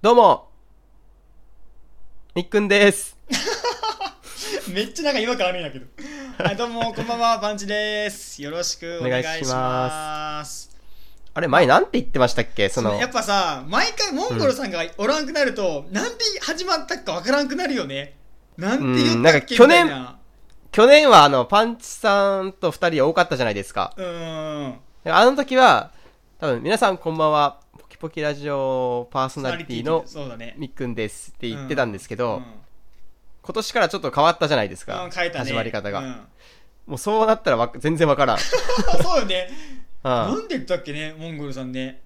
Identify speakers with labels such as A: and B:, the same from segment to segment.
A: どうも、みっくんです。
B: めっちゃなんか違和感あるん やけど。はい、どうも、こんばんは、パンチです。よろしくお願いし
A: お願い
B: ま
A: し
B: す。
A: あれ、前なんて言ってましたっけそ
B: そ
A: の
B: の、やっぱさ、毎回モンゴルさんがおらんくなると、何で始まったかわからんくなるよね。なんて言ったっけ
A: うん
B: みたい
A: なん
B: な。
A: 去年はあの、パンチさんと二人多かったじゃないですか。
B: うーん。
A: あの時は、多分皆さんこんばんは、ポキポキラジオパーソナリティの
B: そうだね。
A: みっくんですって言ってたんですけど、
B: うん
A: 今年からちょっと変わったじゃないです
B: う
A: か。
B: ん変えたね。
A: 始まり方が。
B: うん
A: もうそうなったらわ全然わ からん。
B: そうよね。な
A: うん
B: んて言ったっけね、モンゴルさんね。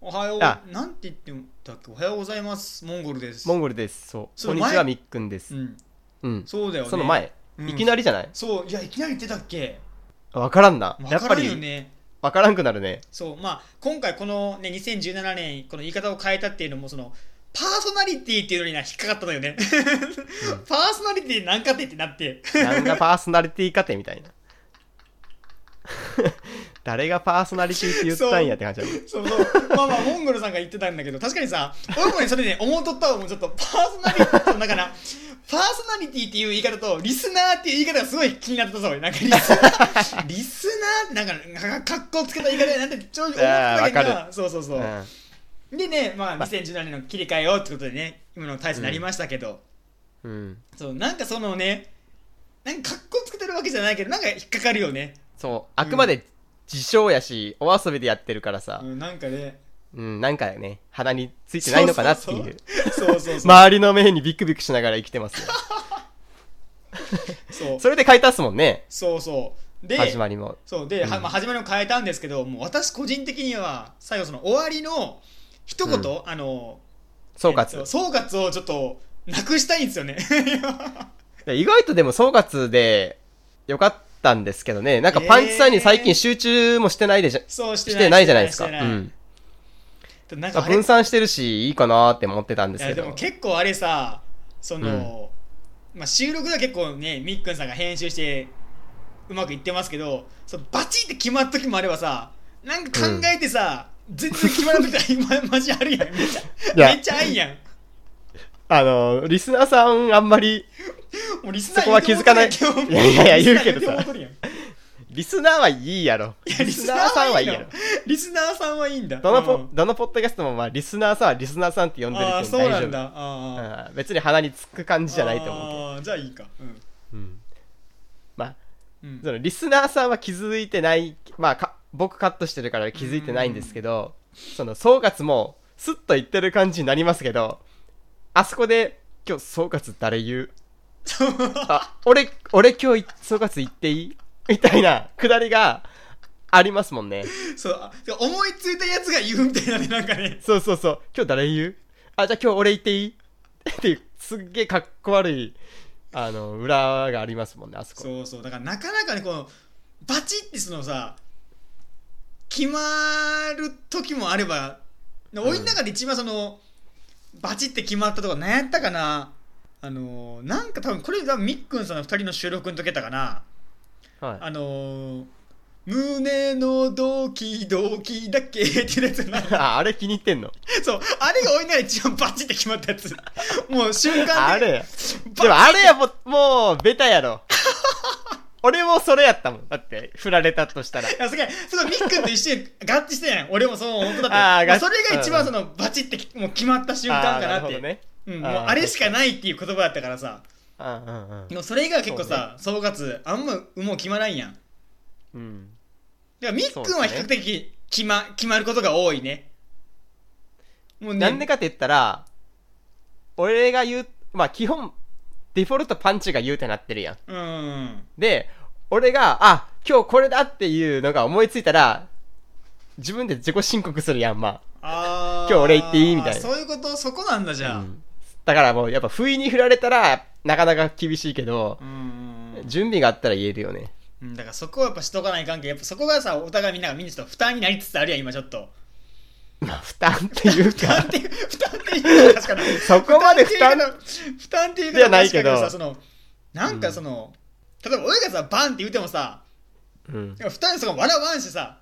B: おはよう。
A: あ
B: なんて言ってたっけおはようございます、モンゴルです。
A: モンゴルです。そう。
B: そ
A: こ
B: の
A: ん
B: 前
A: にちは、みっくんです
B: う。ん。
A: うん。
B: そうだよね。
A: その前、
B: うん
A: いきなりじゃない
B: そういやいきなり言ってたっけ
A: わからんな。
B: わ
A: やっ
B: か
A: ぱ
B: らんよ
A: り、
B: ね
A: わからんくなるね。
B: そうまあ今回このね2017年この言い方を変えたっていうのもそのパーソナリティっていうのには引っかかったの よね、パーソナリティなんかってって なって
A: なんがパーソナリティかてみたいな。 誰がパーソナリティって言ったんやって感じだね
B: そうそうまあまあモンゴルさんが言ってたんだけど確かにさ俺もねそれね思うとったわもうちょっとパーソナリティとだからパーソナリティっていう言い方とリスナーっていう言い方がすごい気になったぞ俺なんかリスナーリスナーってなんかなんか格好つけた言い方やなってちょい思ってたけど
A: あーわか
B: なそうそうそう、
A: うん
B: でね、まあ、2017年の切り替えをってことでね、今の大使になりましたけど、
A: うん。
B: そうなんかそのね、なんか格好つけてるわけじゃないけど、なんか引っかかるよね。
A: そう。あくまで自称やし、お遊びでやってるからさ
B: う、ん、なんかね、
A: うん、なんかね、鼻についてないのかなっていう。
B: そ うそうそう。そうそうそう。
A: 周りの目にビクビクしながら生きてますよ。
B: そう
A: それで書いたっすもんね、
B: そうそう。で、
A: 始まりも。
B: そうで、はまあ、始まりも変えたんですけど、もう私個人的には、最後その終わりの一言、
A: う
B: あの、
A: 総
B: えっと
A: 括。
B: 総括をちょっと、なくしたいんですよね。
A: で意外とでも総括でよかったんですけどね、なんかパンチさんに最近集中もしてないでしょ、
B: そうして
A: し
B: ない。
A: てないじゃないですか。う
B: してない
A: ん。
B: してないなんか
A: まあ
B: あれ
A: 分散してるし、いいかなーって思ってたんで
B: い
A: す
B: や
A: け
B: で
A: ど。
B: も結構あれさその、まあ、収録では結構ねみっくんさんが編集してうまくいってますけどそのバチって決まる時もあればさなんか考えてさ、全然決まらなくて 今マジあるやんめっち
A: いや
B: ゃめっちゃあいやん
A: あの、リスナーさん、あんまり、
B: もうリスナー
A: そこは気づかない
B: 言うてもうとる
A: いやいやいや
B: リス
A: 言
B: ナー
A: うけどさ
B: うてもうとるやんい
A: リスナーはいいやろ。
B: やリスナーさんはいいのリスナーさんはいいんだ
A: どのポ、
B: うん
A: どのポッドキャストも、まあ、リスナーさんはリスナーさんって呼んでる
B: ああ
A: けど
B: そ
A: 大
B: うな
A: 丈
B: ん
A: 夫
B: だああ
A: うん別に鼻につく感じじゃないと思うけど。
B: ああじゃあいいかうん
A: うんまあ、
B: うん
A: その、リスナーさんは気づいてない、まあ、か僕カットしてるから気づいてないんですけど、その、総括も、スッと言ってる感じになりますけど、あそこで、今日、総括誰言うあ、俺、俺今日い、総括言っていいみたいな、くだりが、ありますもんね。
B: そうあ思いついたやつが言うみたいなねなんかね
A: そうそうそう。今日誰言うあ、じゃあ今日俺行っていいっていう、すっげえかっこ悪い、あの、裏がありますもんね、あそこ。
B: そうそうだからなかなかねこのバチってそのさ決まる時もあれば俺の中で一番その、バチって決まったとこ何やったかなあのーなんか多分これ多分みっくんさんの2人の収録の時やったかな
A: はい。
B: あのー胸のドキドキだっけってやつやな
A: あ、あれ気に入ってんの
B: そうあれが俺の中で一番バチって決まったやつもう瞬間で
A: あれ
B: バチ
A: でもあれやも、もう、ベタやろ。俺もそれやったもん。だって、振られたとしたら。
B: いやすげえ、そのみっくんと一緒に合致してんやん。俺もそう本当だって。
A: あー
B: も
A: 合
B: う
A: 致
B: それが一番そのバチってきもう決まった瞬間かな
A: あー
B: って。
A: るほどね。
B: うん、も
A: あー
B: うあれしかないっていう言葉だったからさ。
A: うんうんうん
B: でもそれ以外は結構さ、総括、あんまもう決まらんやん。だか
A: うん。
B: らみっくん
A: そう
B: は
A: で
B: 比
A: すね
B: 較的決ま,、決まることが多いね。もうね。
A: なんでかって言ったら、俺が言う、まあ基本、デフォルトパンチが言うってなってるやん。
B: うん。
A: で、俺が、あ、今日これだっていうのが思いついたら、自分で自己申告するやん、ま
B: あ
A: 今
B: ー
A: 日俺行っていいみたいな
B: そういうこと、そこなんだじ
A: あ。
B: ゃあ。
A: う
B: うん
A: んだからもう、やっぱ不意に振られたら、なかなか厳しいけど、
B: うんうん
A: 準備があったら言えるよね。
B: うん、だからそこはやっぱしとかない関係やっぱそこがさお互いみんながみんなちょっと負担になりつつあるやん今ちょっと
A: まあ、負担っていう
B: 負担
A: か
B: っ、ていう、負担っていうか確かに。
A: そこまで負担
B: 負担っていうか負担っていうか
A: ではないけど
B: 確かにさその、なんかその、例えば俺がさ、バンって言ってもさ、
A: うん。
B: 負担そこ笑わんしさ、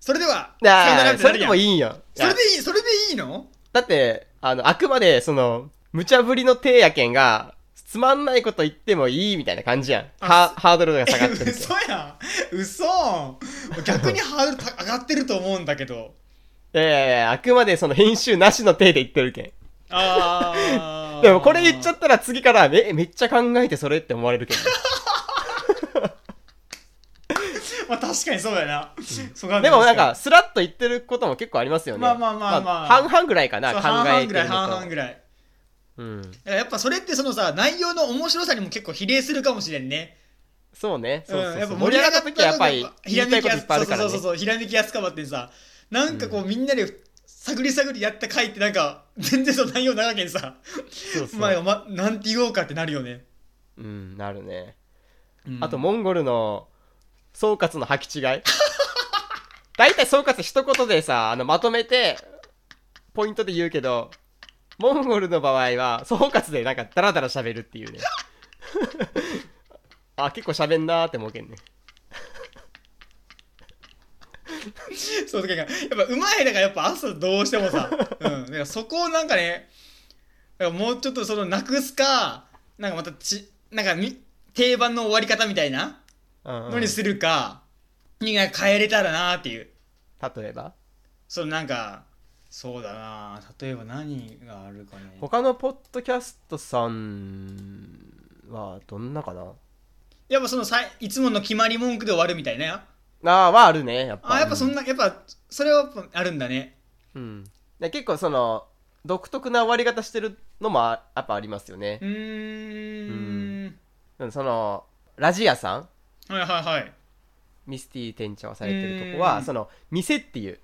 B: それでは、
A: ああ、
B: さよならみた
A: そ
B: い
A: れ
B: に
A: で
B: な
A: も
B: る
A: い
B: やん
A: いんよ。
B: それでいい、それでいいの
A: いやだって、あの、あくまで、その、無茶ぶりの手やけんが、つまんないこと言ってもいいみたいな感じやん。
B: あ
A: ハハードルが下がってるけん。
B: 嘘やん嘘逆にハードルた上がってると思うんだけど
A: いやいやいや、あくまでその編集なしの手で言ってるけん。
B: あー
A: でもこれ言っちゃったら次からめめっちゃ考えてそれって思われるけ ど。
B: まあ確かにそうやな、そう考えたら
A: でもなんか、スラッと言ってることも結構ありますよね。
B: まあまあまあまあ
A: 半々ぐらいかな、
B: そう
A: 考
B: 半
A: え
B: 々
A: て
B: ぐ
A: る
B: ら
A: の
B: い
A: と。
B: 半々ぐらい
A: うん。
B: だからやっぱそれってそのさ内容の面白さにも結構比例するかもしれんね
A: そうね。そうそうそう、
B: んやっぱ
A: 盛り上がった時はやっぱり
B: ひ
A: 言
B: ら
A: いたい
B: めき
A: こと
B: や
A: い
B: す
A: っぱいあるからね。
B: そうそうそうそうひらめきやすかばってさなんかこう、みんなで探り探りやった回ってなんか全然その内容長けんさ
A: そうそう
B: まあ、ま、なんて言おうかってなるよね、
A: うん、なるね。
B: うん
A: あと、モンゴルの総括の履き違い。 大体総括一言でさ、あの、まとめて、ポイントで言うけど、モンゴルの場合は、総括でなんかダラダラ喋るっていうね。 あ、結構喋んなーって思うけんね。
B: そうだからやっぱうまいだからやっぱ朝どうしても さ、うん、だからそこをなんかねだからもうちょっとそのなくすかなんかまたちなんかみ定番の終わり方みたいな
A: うん、う
B: の
A: ん。
B: に
A: 例
B: するか、になんか変えれたらなっていう
A: えば
B: そのなんかそうだな例えば何があるかね
A: 他のポッドキャストさんはどんなかな
B: やっぱそのさいいつもの決まり文句で終わるみたいな
A: あーはあるね、やっぱ。
B: あやっぱそんなやっぱそれはやっぱあるんだね
A: うん、で結構その独特な終わり方してるのもあやっぱありますよね
B: う、ーん
A: うんそのラジ屋さん
B: はいはいはい
A: ミスティ店長をされてるとこは、
B: うん
A: その店っていう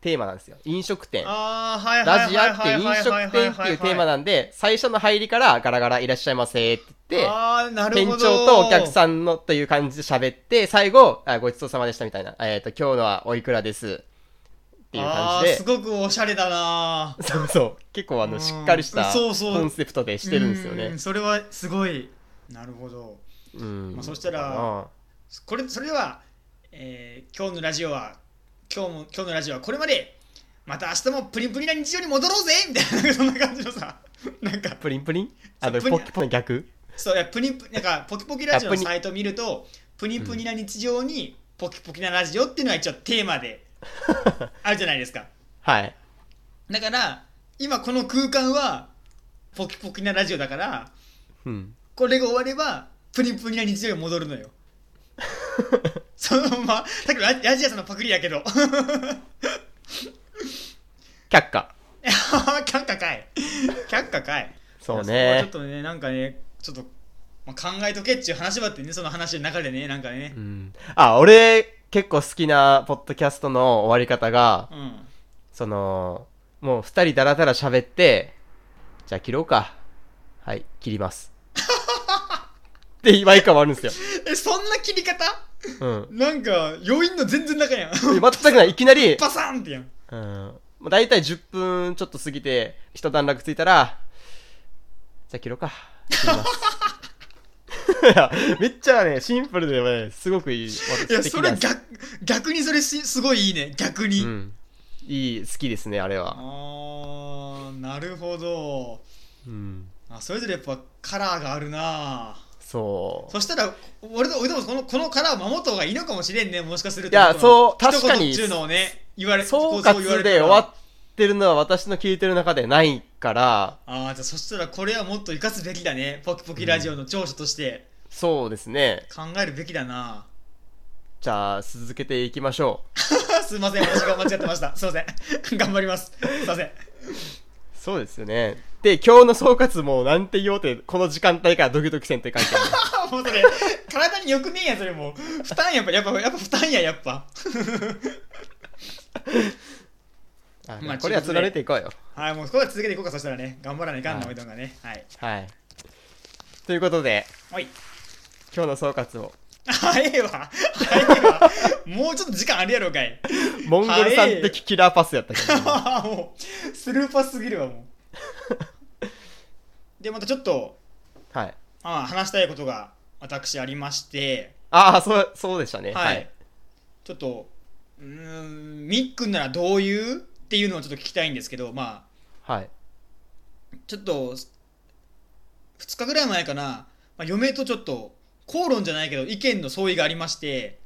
A: テーマなんですよ飲食店
B: ああはいはい
A: ラジ
B: はい
A: 屋っ
B: は
A: て
B: い
A: 飲
B: はい
A: 食
B: はい
A: 店っていうテーマなんで最初の入りからガラガラいらっしゃいませって言って
B: あーなる
A: 店
B: ほど
A: 長とお客さんのという感じで喋って最後あごちそうさまでしたみたいな、えー、と今日のはおいくらですっていう感じ
B: あー
A: です
B: ごくおしゃれだな
A: そうそう結構あ
B: う
A: の
B: ん
A: しっかりした
B: そうそう
A: コンセプトでしてるんですよね
B: うんそれはすごいなるほど
A: うん
B: まあそしたらこれそれでは、えー今日のラジオは今日も今日のラジオはこれまでまた明日もプリンプリンな日常に戻ろうぜみたいなそんな感じのさなんか
A: プリンプリンあの
B: プリン
A: ポキポキの逆
B: そういやプリンプなんかポキポキラジオの
A: あプニ
B: サイトを見るとプニプニな日常にポキポキなラジオっていうのが一応テーマであるじゃないですか
A: はい
B: だから今この空間はポキポキなラジオだから
A: うん
B: これが終わればプニプニな日常に戻るのよそのままさっきのララジアさんのパクリやけど
A: 却下
B: 却下かい却下かい
A: そう
B: いや
A: ね
B: そこはちょっとねなんかねちょっと、まあ、考えとけっていう話はあってねその話の中でねなんかね
A: うんあ俺結構好きなポッドキャストの終わり方が
B: うん、
A: そのもう二人ダラダラ喋ってじゃあ切ろうかはい切ります って毎回終わるんですよ
B: えそんな切り方
A: うん
B: なんか余韻の全然中 やん
A: 全くないいきなり
B: パサンってやん
A: うんまあ、大体10分ちょっと過ぎて、一段落ついたら、じゃあ切ろうか。切ります いやめっちゃね、シンプルでね、すごくいい。
B: いやそれ
A: 私的な
B: 逆逆にそれしすごいいいね逆に、
A: うん。いい、好きですね、あれは。
B: あーなるほど
A: うん。
B: あそれぞれやっぱカラーがあるな
A: そう。
B: そしたら俺と俺でもこのこのカラーを守った方がいいのかもしれんねもしかすると
A: いや
B: この
A: そう
B: 一言
A: 確かに
B: っちゅうのをね言われ
A: 総
B: こうそう言わ
A: 括
B: れた
A: で終
B: ら
A: わってるのは私の聞いてる中でないから、
B: ああじゃあそしたらこれはもっと生かすべきだねポキポキラジオの長所として
A: そうですね。
B: 考えるべきだな、
A: じゃあ、続けていきましょう。
B: すいません私が間違ってましたすいません 頑張りますすいません
A: そうですよね。で、今日の総括もなんて言おうって、この時間帯からドキドキせんといかんけど。
B: あもうそれ体によくねえやそれもう負担やっぱやっぱやっぱ負担ややっぱ
A: あ
B: まあ
A: これはつられていこうよ。
B: はいもうここは続けていこうかそしたらね頑張らないかん
A: はい
B: のおいどんがねはい
A: はい。ということで、
B: おい
A: 今日の総括を、
B: 早いわ早いわもうちょっと時間あるやろうかい
A: モンゴルさん的キラーパスやったけど、
B: もうスルーパスすぎるわもうでまたちょっと
A: はい。
B: ああ話したいことが私ありまして
A: ああ、そう、そうでしたね。
B: は、
A: はいい。
B: ちょっとうーんみっくんならどういうっていうのをちょっと聞きたいんですけどまあ
A: はい。
B: ちょっと2日ぐらい前かな、まあ、嫁とちょっと口論じゃないけど意見の相違がありまして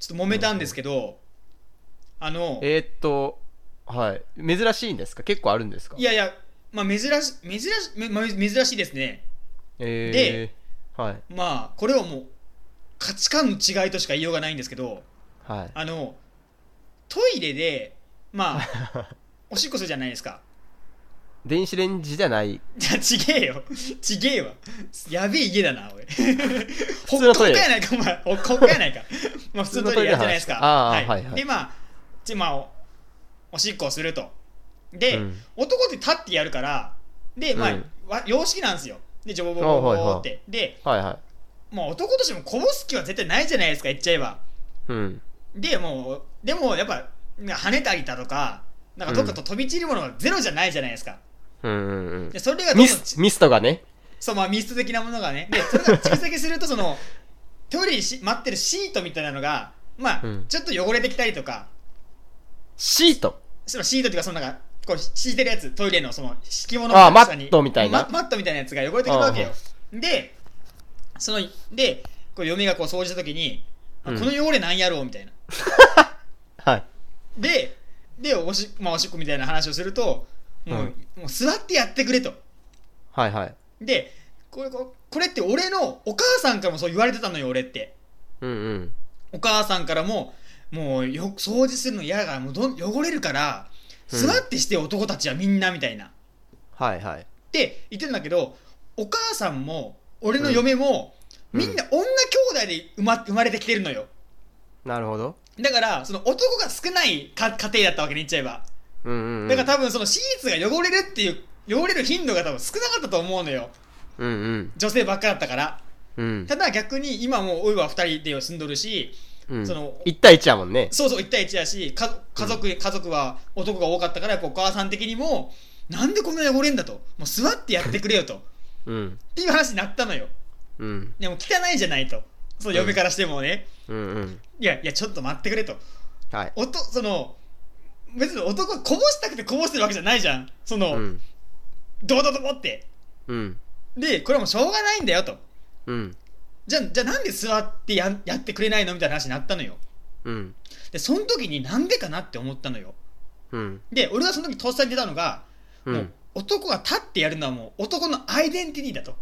B: ちょっと揉めたんですけど、あの
A: えーっと、はい。珍しいんですか結構あるんですか
B: いやいや、まあ、珍し珍し、めまあ、珍しいですね
A: えー、はい。
B: まあこれはもう価値観の違いとしか言いようがないんですけど
A: はい。
B: あのトイレでまあ おしっこするじゃないですか
A: 電子レンジじゃない。
B: じゃあちげえよちげえわやべえ家だな おい
A: 通の
B: ほ
A: トイ
B: っこ
A: レ
B: かやないかお前ほっこかや ないかまあ普通のトイレやるじゃないですか
A: 普通のトイレの話かああはいはい
B: でまあちまあおおしっこをするとで、
A: うん
B: 男って立ってやるからでまあ、
A: うん
B: わ様式なんですよでジョボボボボボボって、で
A: はいはい。
B: まあ男としてもこぼす気は絶対ないじゃないですか言っちゃえば
A: うん。
B: でもうでもやっぱ跳ねたりだとかなんかどっかと飛び散るものがゼロじゃないじゃないですか、
A: うんうんうん
B: で。それがどんどん
A: ミス、ミストがね。
B: そうまあミスト的なものがねでそれが蓄積するとその トイレにし待ってるシートみたいなのがまあ、
A: うん
B: ちょっと汚れてきたりとか
A: シート。
B: そのシートっていうかそのなんかこう敷いてるやつトイレのその敷物
A: ああ
B: の下に
A: マットみたいな
B: ママットみたいなやつが汚れてきたわけよでそのでこう嫁がこう掃除した時に、あ
A: うん
B: この汚れなんやろうみたいな
A: はい。
B: ででおし,、まあ、おしっこみたいな話をするともう,、もう座ってやってくれと
A: はいはい。
B: でこれここれって俺のお母さんからもそう言われてたのよ俺って
A: うんうん。
B: お母さんからも、もうよ掃除するの嫌だから、もうどん汚れるから、
A: うん
B: 座ってして男たちはみんなみたいな。っ
A: はいはい。
B: て言ってるんだけど、お母さんも、俺の嫁も、
A: うん
B: みんな女兄弟で生ま生まれてきてるのよ。
A: なるほど。
B: だから、その男が少ないか家庭だったわけね、言っちゃえば。
A: うんうん、うん。
B: だから多分そのシーツが汚れるっていう、汚れる頻度が多分少なかったと思うのよ。
A: うんうん。
B: 女性ばっかだったから。
A: うん。
B: ただ逆に今もう、おいは二人で住んどるし、
A: うん
B: その
A: 一対一やもんね。
B: そうそう、1対1だし、か家族、家族は男が多かったから、やっぱお母さん的にも、なんでこんな汚れんだと。もう座ってやってくれよと。っ
A: うん。
B: ていう話になったのよ。
A: うん。
B: でも汚いじゃないと。そう、
A: うん
B: 嫁からしてもね。
A: うんうん。
B: いや、いや、ちょっと待ってくれと。
A: はい。
B: おと、その、別に男はこぼしたくてこぼしてるわけじゃないじゃん。その、
A: うん。
B: 堂々と持って。
A: うん。
B: で、これはもうしょうがないんだよと。
A: うん。
B: じゃあ、じゃあなんで座ってややってくれないのみたいな話になったのよ。
A: うん。
B: で、その時になんでかなって思ったのよ。
A: うん。
B: で、俺がその時とっさに出たのが、
A: う。
B: もうん男が立ってやるのはもう男のアイデンティティだと。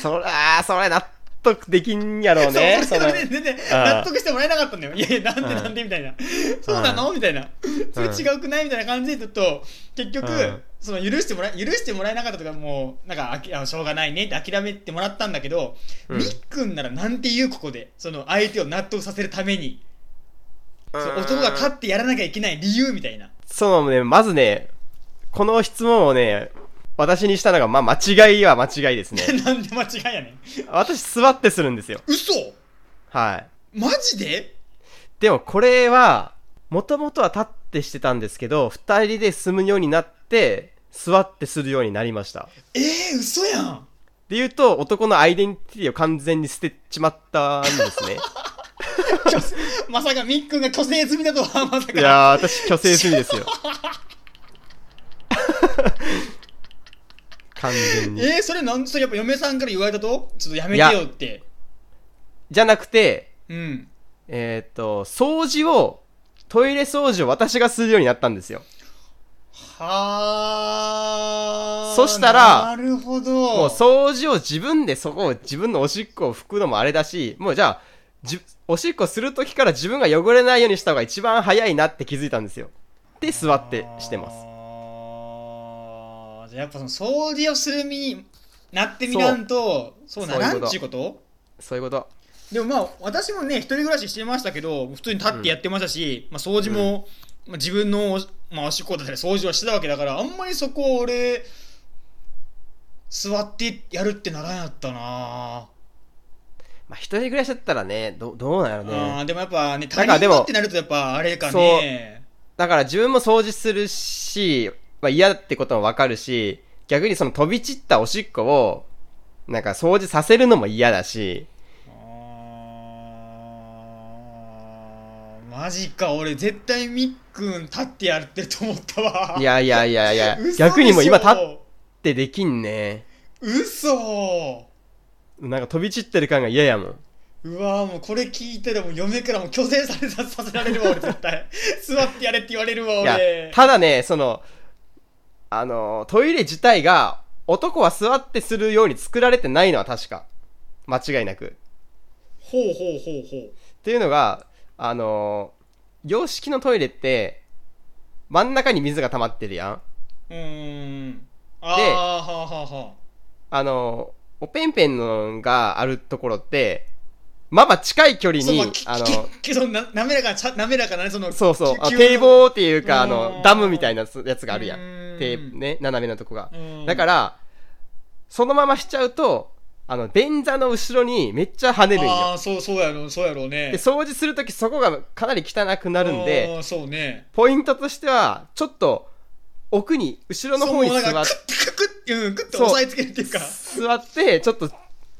A: そら、それ納得できんやろうね。
B: そう
A: そ
B: 俺
A: の
B: それで全然
A: ああ
B: 納得してもらえなかっ たんだよ。いやいや、なんでなんでみたいな。そうなのみたいな。それ違うくないみたいな感じで、ちょっと、結局
A: うん、
B: その許してもらえ、許してもらえなかったとか、もう、なんかあき、あしょうがないねって諦めてもらったんだけど、
A: うん
B: みっくんならなんて言う、ここで。その相手を納得させるために。その男が立ってやらなきゃいけない理由みたいな。
A: そのね、まずね、この質問をね、私にしたのが、まあ、間違いは間違いです ね。
B: なんで間違いやねん。
A: 私、座ってするんですよ。
B: 嘘
A: はい。
B: マジで
A: でも、これは、もともとは立ってしてたんですけど、二人で住むようになって、座ってするようになりました。
B: ええ嘘 やん。
A: で言うと、男のアイデンティティを完全に捨てちまったんですね。
B: まさかみっくんが虚勢済みだとは、まさ
A: い
B: か。
A: やー、私、虚勢済みですよ。完全に。
B: えー、それなんそれやっぱ嫁さんから言われたとちょっとやめてよって。
A: じゃなくて、
B: うん。
A: えーっと、掃除を、トイレ掃除を私がするようになったんですよ。
B: はー。
A: そしたら
B: なるほど。
A: もう掃除を自分でそこを自分のおしっこを拭くのもあれだし、もうじゃあ、じおしっこするときから自分が汚れないようにした方が一番早いなって気づいたんですよ。で、座ってしてます。
B: あーじゃあやっぱその掃除をする身になってみなんと、そう
A: う
B: なら
A: そういうんこと
B: ちゅうこと
A: そういうこと。
B: でもまあ、私もね、一人暮らししてましたけど、普通に立ってやってましたし、まあ掃除も、まあ自分のお、まあ、おしっこだったり掃除はしてたわけだから、あんまりそこ俺、座ってやるってならんやったな
A: まあ、一人暮らしだったらね、どどうなの
B: ぁ、
A: ね。
B: あーでもやっぱね、
A: な
B: 他
A: んか
B: 人
A: でも
B: とってなるとやっぱあれかね。
A: だから自分も掃除するし、まあ、嫌ってこともわかるし、逆にその飛び散ったおしっこを、なんか掃除させるのも嫌だし、
B: あーマジか俺絶対みっくん立ってやってると思ったわ
A: いやいやいやいや
B: 嘘でしょ
A: 逆にもう今立ってできんね
B: 嘘
A: なんか飛び散ってる感が嫌やもん
B: うわーもうこれ聞いてでも嫁からも虚勢されささせられるわ俺絶 対座ってやれって言われるわ
A: いや
B: 俺
A: ただねそのあのトイレ自体が男は座ってするように作られてないのは確か間違いなく
B: ほうほうほうほう
A: っていうのがあの洋式のトイレって真ん中に水が溜まってるやん
B: うーんあーはあはあは
A: あのおぺんぺんのがあるところってまあまあ近い距離
B: あそう
A: に
B: まあき
A: あ
B: き
A: の
B: きそのな滑らかなちゃ滑らかなねその
A: そうそうあ
B: き
A: 堤防っていうかあ
B: う
A: の
B: ん
A: ダムみたいなやつがあるやん
B: う
A: 堤
B: ん
A: ね斜めなとこが
B: うん
A: だから、そのまましちゃうと、あの、便座の後ろにめっちゃ跳ねるん
B: あ
A: よ。
B: あそうそうやろそうやろう
A: で、
B: ね
A: 掃除するときそこがかなり汚くなるん
B: あ
A: で、
B: ーそうね
A: ポイントとしては、ちょっと、奥に、後ろの方に
B: そうもう
A: 座
B: なんか
A: っ
B: クックックッうんクッと押さえつけるっていうか
A: 座って、ちょっと、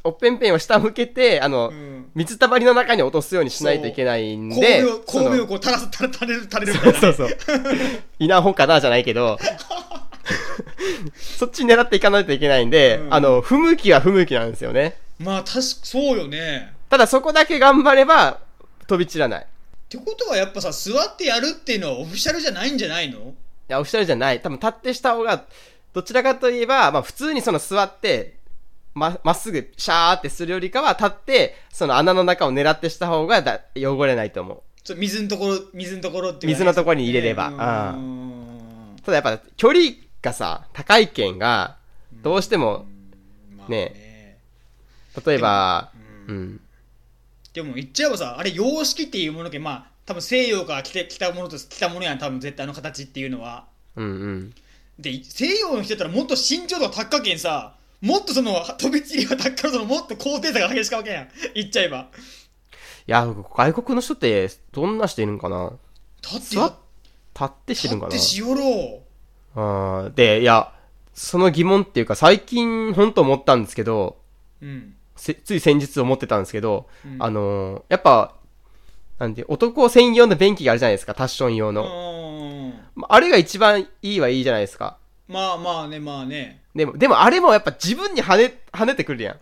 A: おっぺんぺんを下向けて、あの、
B: うん
A: 水たまりの中に落とすようにしないといけないんで
B: 神戸を、
A: その
B: 神戸をこう垂らす垂れ垂れる垂れるみたい な
A: そうそう。稲穂かなじゃないけど、そっち狙っていかないといけないんで、
B: うん
A: あの、不向きは不向きなんですよね。
B: まあ確かそうよね
A: ただそこだけ頑張れば飛び散らない。い
B: ってことはやっぱさ座ってやるっていうのはオフィシャルじゃないんじゃないの
A: や、オフィシャルじゃない。多分立ってした方が、どちらかといえば、まあ普通にその座って、ま、まっすぐシャーってするよりかは立って、その穴の中を狙ってした方がだ汚れないと思う。
B: ちょ水のところ水のところっていうかね
A: 水のところに入れれば
B: うん
A: ただやっぱ距離がさ、高い剣が、どうしても、
B: まあ
A: 例えば、
B: う
A: うんん。
B: でも言っちゃえばさあれ様式っていうものけまあ多分西洋から来て来たものと来たものやん多分絶対あの形っていうのは
A: うんうん。
B: で西洋の人だったらもっと身長とか高けんさもっとその 飛び散りが高からそのもっと高低差が激しかわけやん言っちゃえば
A: いや、外国の人って、どんな人いるんかな
B: だって
A: 座立ってして
B: だ
A: るんか
B: っ
A: な
B: てしよろ
A: あーで、いや、その疑問っていうか、最近、本当思ったんですけど、
B: ううん
A: せつい先日思ってたんですけど、
B: うん
A: あのーやっぱ、なんで、男専用の便器があるじゃないですか、タッション用の。
B: うん
A: まああれが一番いいはいいじゃないですか。
B: まあまあねまあね
A: でも、でもあれもやっぱ自分に跳ね、跳ねてくるやん。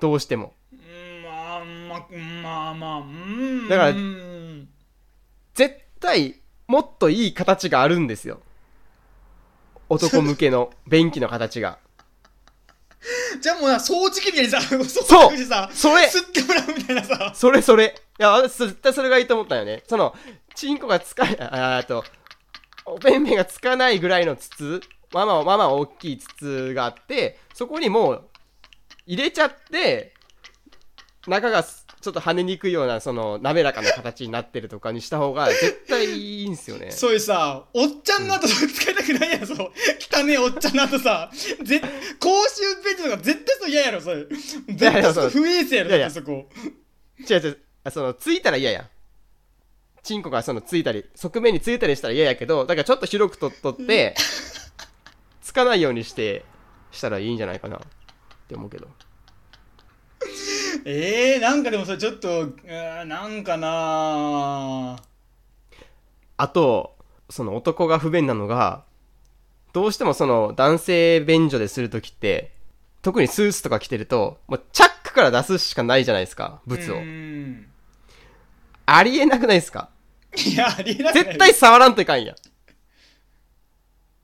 A: どうしても。
B: うんまあまあまあまあうん
A: だから
B: うん
A: 絶対、もっといい形があるんですよ。男向けの便器の形が。
B: じゃあもうな掃除機みたいにさ掃除機でさ
A: それ
B: 吸ってもらうみたいなさ
A: それそれ。いや、私絶対それがいいと思ったよね。その、チンコがつか、 ああと、おべんべんがつかないぐらいの筒、まあまあ、まあまあ大きい筒があって、そこにもう、入れちゃって、中がすちょっと跳ねにくいような、その、滑らかな形になってるとかにした方が、絶対いいんすよ ね。
B: そういうさ、おっちゃんの後それ使いたくないやろ、そう。汚ねえおっちゃんの後さ、ぜ公衆便所とか絶対そう嫌やろ、それ。絶
A: やい
B: 対
A: や
B: そ
A: そう
B: う不衛生やろ、
A: いやい
B: だ
A: や
B: ってそこ。
A: 違う違う、あその、ついたら嫌やん。チンコがその、ついたり、側面についたりしたら嫌やけど、だからちょっと広くとっとって、つかないようにして、したらいいんじゃないかな。って思うけど。
B: ええー、なんかでもそれちょっと、うーんなんかなぁ
A: あと、その男が不便なのが、どうしてもその男性便所でするときって、特にスーツとか着てると、もうチャックから出すしかないじゃないですか、
B: う
A: 物を。
B: ーん
A: ありえなくないですか
B: いや、ありえない。
A: 絶対触らんといかんやん。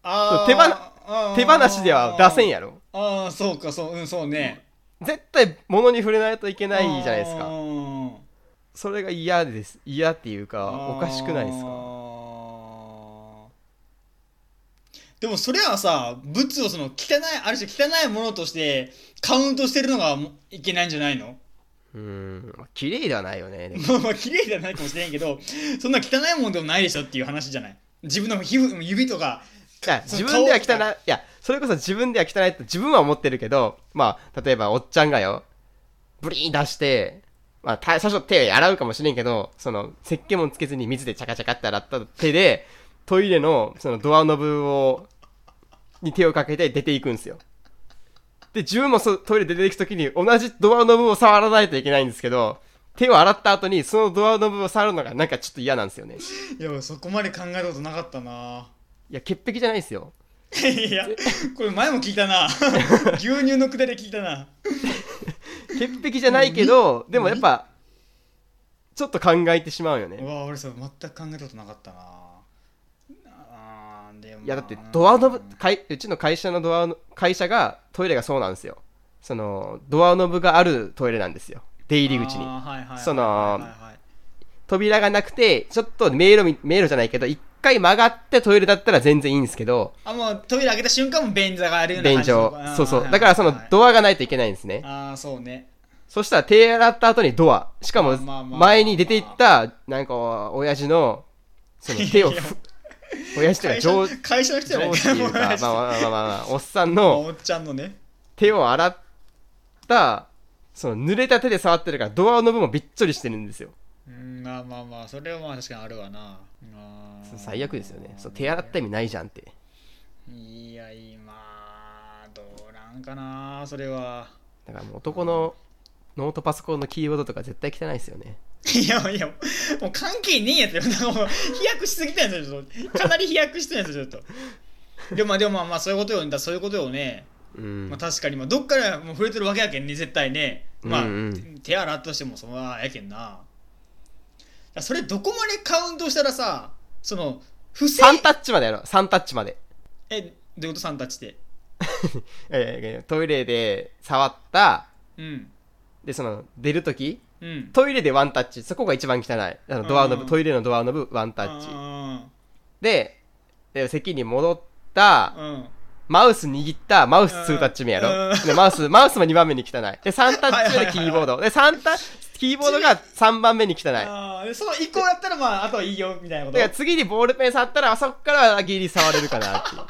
B: あー
A: 手放
B: あー
A: 手放しでは出せんやろ。
B: ああ、そうか、そう、うん、そうね。
A: 絶対物に触れないといけないじゃないです
B: あ
A: か。
B: ー
A: それが嫌です。嫌っていう
B: あ
A: か、
B: ー
A: おかしくないですか
B: でもそれはさ物をその汚いある種汚いものとしてカウントしてるのがもいけないんじゃないの
A: うーん。まあ綺麗ではないよね。でも
B: まあまあ綺麗じゃないかもしれんけどそんな汚いもんでもないでしょっていう話じゃない自分の皮膚指とか
A: いや
B: そ
A: 自
B: の
A: 分では汚
B: 顔
A: い。いや、それこそ自分では汚いって自分は思ってるけど、まあ、例えばおっちゃんがよ、ブリーン出して、まあ、た最初手洗うかもしれんけど、その、石鹸もつけずに水でチャカチャカって洗った手で、トイレの、そのドアノブを、に手をかけて出ていくんですよ。で、自分もそトイレ出ていくときに同じドアノブを触らないといけないんですけど、手を洗った後にそのドアノブを触るのがなんかちょっと嫌なんですよね
B: いや俺そこまで考えたことなかったな
A: いや潔癖じゃないですよ
B: いやこれ前も聞いたな牛乳のくだり聞いたな
A: 潔癖じゃないけどでもやっぱちょっと考えてしまうよ
B: う
A: ね
B: わ俺それ全く考えたことなかったなあーでも
A: いやだってドアノブ
B: う
A: かいうちの会社のドアの会社がトイレがそうなんですよそのドアノブがあるトイレなんですよ出入り口に
B: あーはいはいはい
A: その
B: はいはいはい
A: 扉がなくてちょっと迷路み迷路じゃないけど一回曲がってトイレだったら全然いいんですけど
B: あもうトイレ開けた瞬間も便座があるような
A: 便
B: 感じ
A: 所そうそうだからその
B: ア
A: ドアがないといけないんですね
B: ああそうね
A: そしたら手洗った後にドアしかも
B: まあまあまあ
A: 前に出ていったなんか親父のその手を
B: いや
A: ふ親父というか
B: 会社
A: 上
B: の会社の人じゃない
A: 上司って いうか まあまあまあまあまあおっさんの
B: おっちゃんのね
A: 手を洗ったその濡れた手で触ってるからドアの部分もびっちょりしてるんですよ
B: うんまあまあまあそれはまあ確かにあるわなあー
A: 最悪ですよねそう手洗った意味ないじゃんって
B: いや今どうなんかなそれは
A: だからもう男のノートパソコンのキーボードとか絶対汚いですよね
B: いやいやもう関係ねえやつよなんかもう飛躍しすぎたやつよちょっとかなり飛躍してるやつよちょっとでもまあでもまあまあそういうことよだそういうことよね
A: うん
B: まあ、確かに、まあ、どっからもう触れてるわけやけんね絶対ね、まあ
A: うんうん
B: 手洗ったとしてもそのままやけんなそれどこまでカウントしたらさその不正
A: 3タッチまでやろう3タッチまで
B: えどういうことさんたちって
A: えートイレで触った
B: うん
A: でその出るとき
B: うん
A: トイレでワンタッチそこが一番汚いあのドアノ
B: う
A: ブ
B: ん
A: トイレのドアノブワンタッチ
B: あ
A: でで席に戻った
B: ーうん
A: マウス握ったマウス2タッチ目や
B: う
A: ろ
B: ん
A: でマウスマウスも2番目に汚いで3タッチ目でキーボードで3タッチキーボードが3番目に汚いだか
B: あーでその一個だったらまああとはいいよみたいなこと
A: ら次にボールペン触ったらあそこからはギリ触れるかなっていう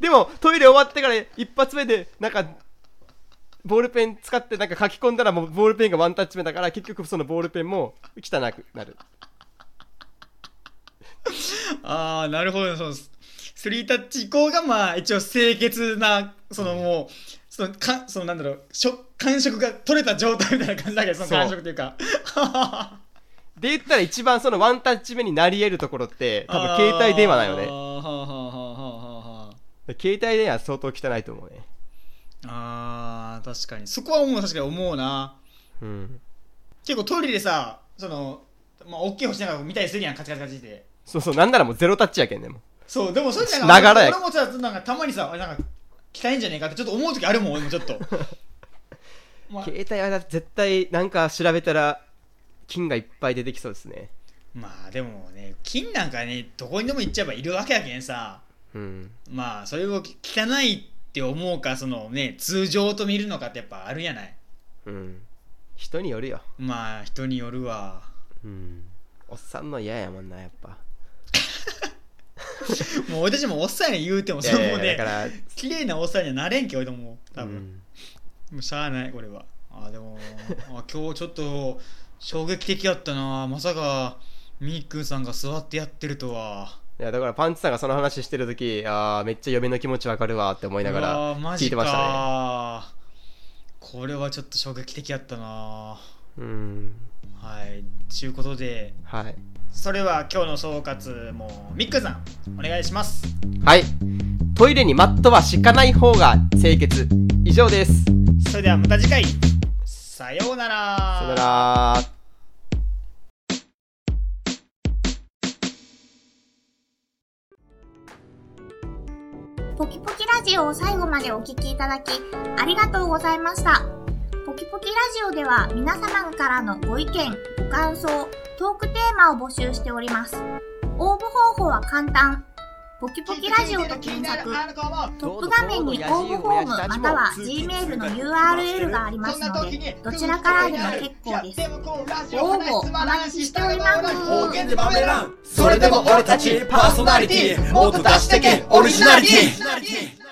A: でもトイレ終わってから一発目でなんかボールペン使ってなんか書き込んだらもうボールペンがワンタッチ目だから結局そのボールペンも汚くなる
B: ああなるほどそうスリータッチ以降がまあ一応清潔なそのもう、そのかそのなんだろうしょ感触が取れた状態みたいな感じだけどその
A: そう
B: 感触というか
A: で言ったら一番そのワンタッチ目になり得るところって多分携帯電話だよ
B: あー
A: ね
B: はあはあはあはあはあ
A: 携帯電話は相当汚いと思うね
B: あー確かにそこは思う確かに思うな
A: うん
B: 結構トイレでさその、まあ、大きい星なんか見たりするやんカチカチカチって
A: そうそうなんならもうゼロタッチやけんねもう
B: そうでもそれなんか
A: ながらや
B: 俺もさなんかたまにさあれなんか汚いんじゃねえかってちょっと思う時あるもん俺もちょっとまあ
A: 携帯はだって絶対なんか調べたら金がいっぱい出てきそうですね
B: まあでもね金なんかねどこにでも行っちゃえばいるわけやけんさ
A: うん
B: まあそれを汚いって思うかそのね通常と見るのかってやっぱあるやない
A: うん人によるよ
B: まあ人によるわ
A: うんおっさんの嫌やもんなやっぱ
B: もう俺たちもおっさんや言うても
A: い
B: それ
A: や
B: もう
A: いや
B: ね
A: だから
B: 綺麗なおっさんにはなれんけ俺とも多分、
A: うん
B: もうしゃあないこれはあでもあ今日ちょっと衝撃的やったなまさかみーくんさんが座ってやってるとはい
A: やだからパンチさんがその話してる時ああめっちゃ嫁の気持ちわかるわって思いながら
B: うわーマ
A: 聞い
B: ジ
A: てましたね
B: かこれはちょっと衝撃的やったな
A: うん
B: はいちゅうことで
A: はい
B: それは今日の総括もみっくんさんお願いします
A: はい。トイレにマットは敷かない方が清潔。以上です。
B: それではまた次回さようなら
A: さよなら。
C: ポキポキラジオを最後までお聞きいただき、ありがとうございました。ポキポキラジオでは皆様からのご意見、ご感想、トークテーマを募集しております。応募方法は簡単。ポキポキラジオと検索、トップ画面に応募フォームまたは Gmail の URL がありますので、どちらからでも結構です。応募お待ちしております。
D: 方言で豆らんそれでも俺たちパーソナリティもっと出してけオリジナリティ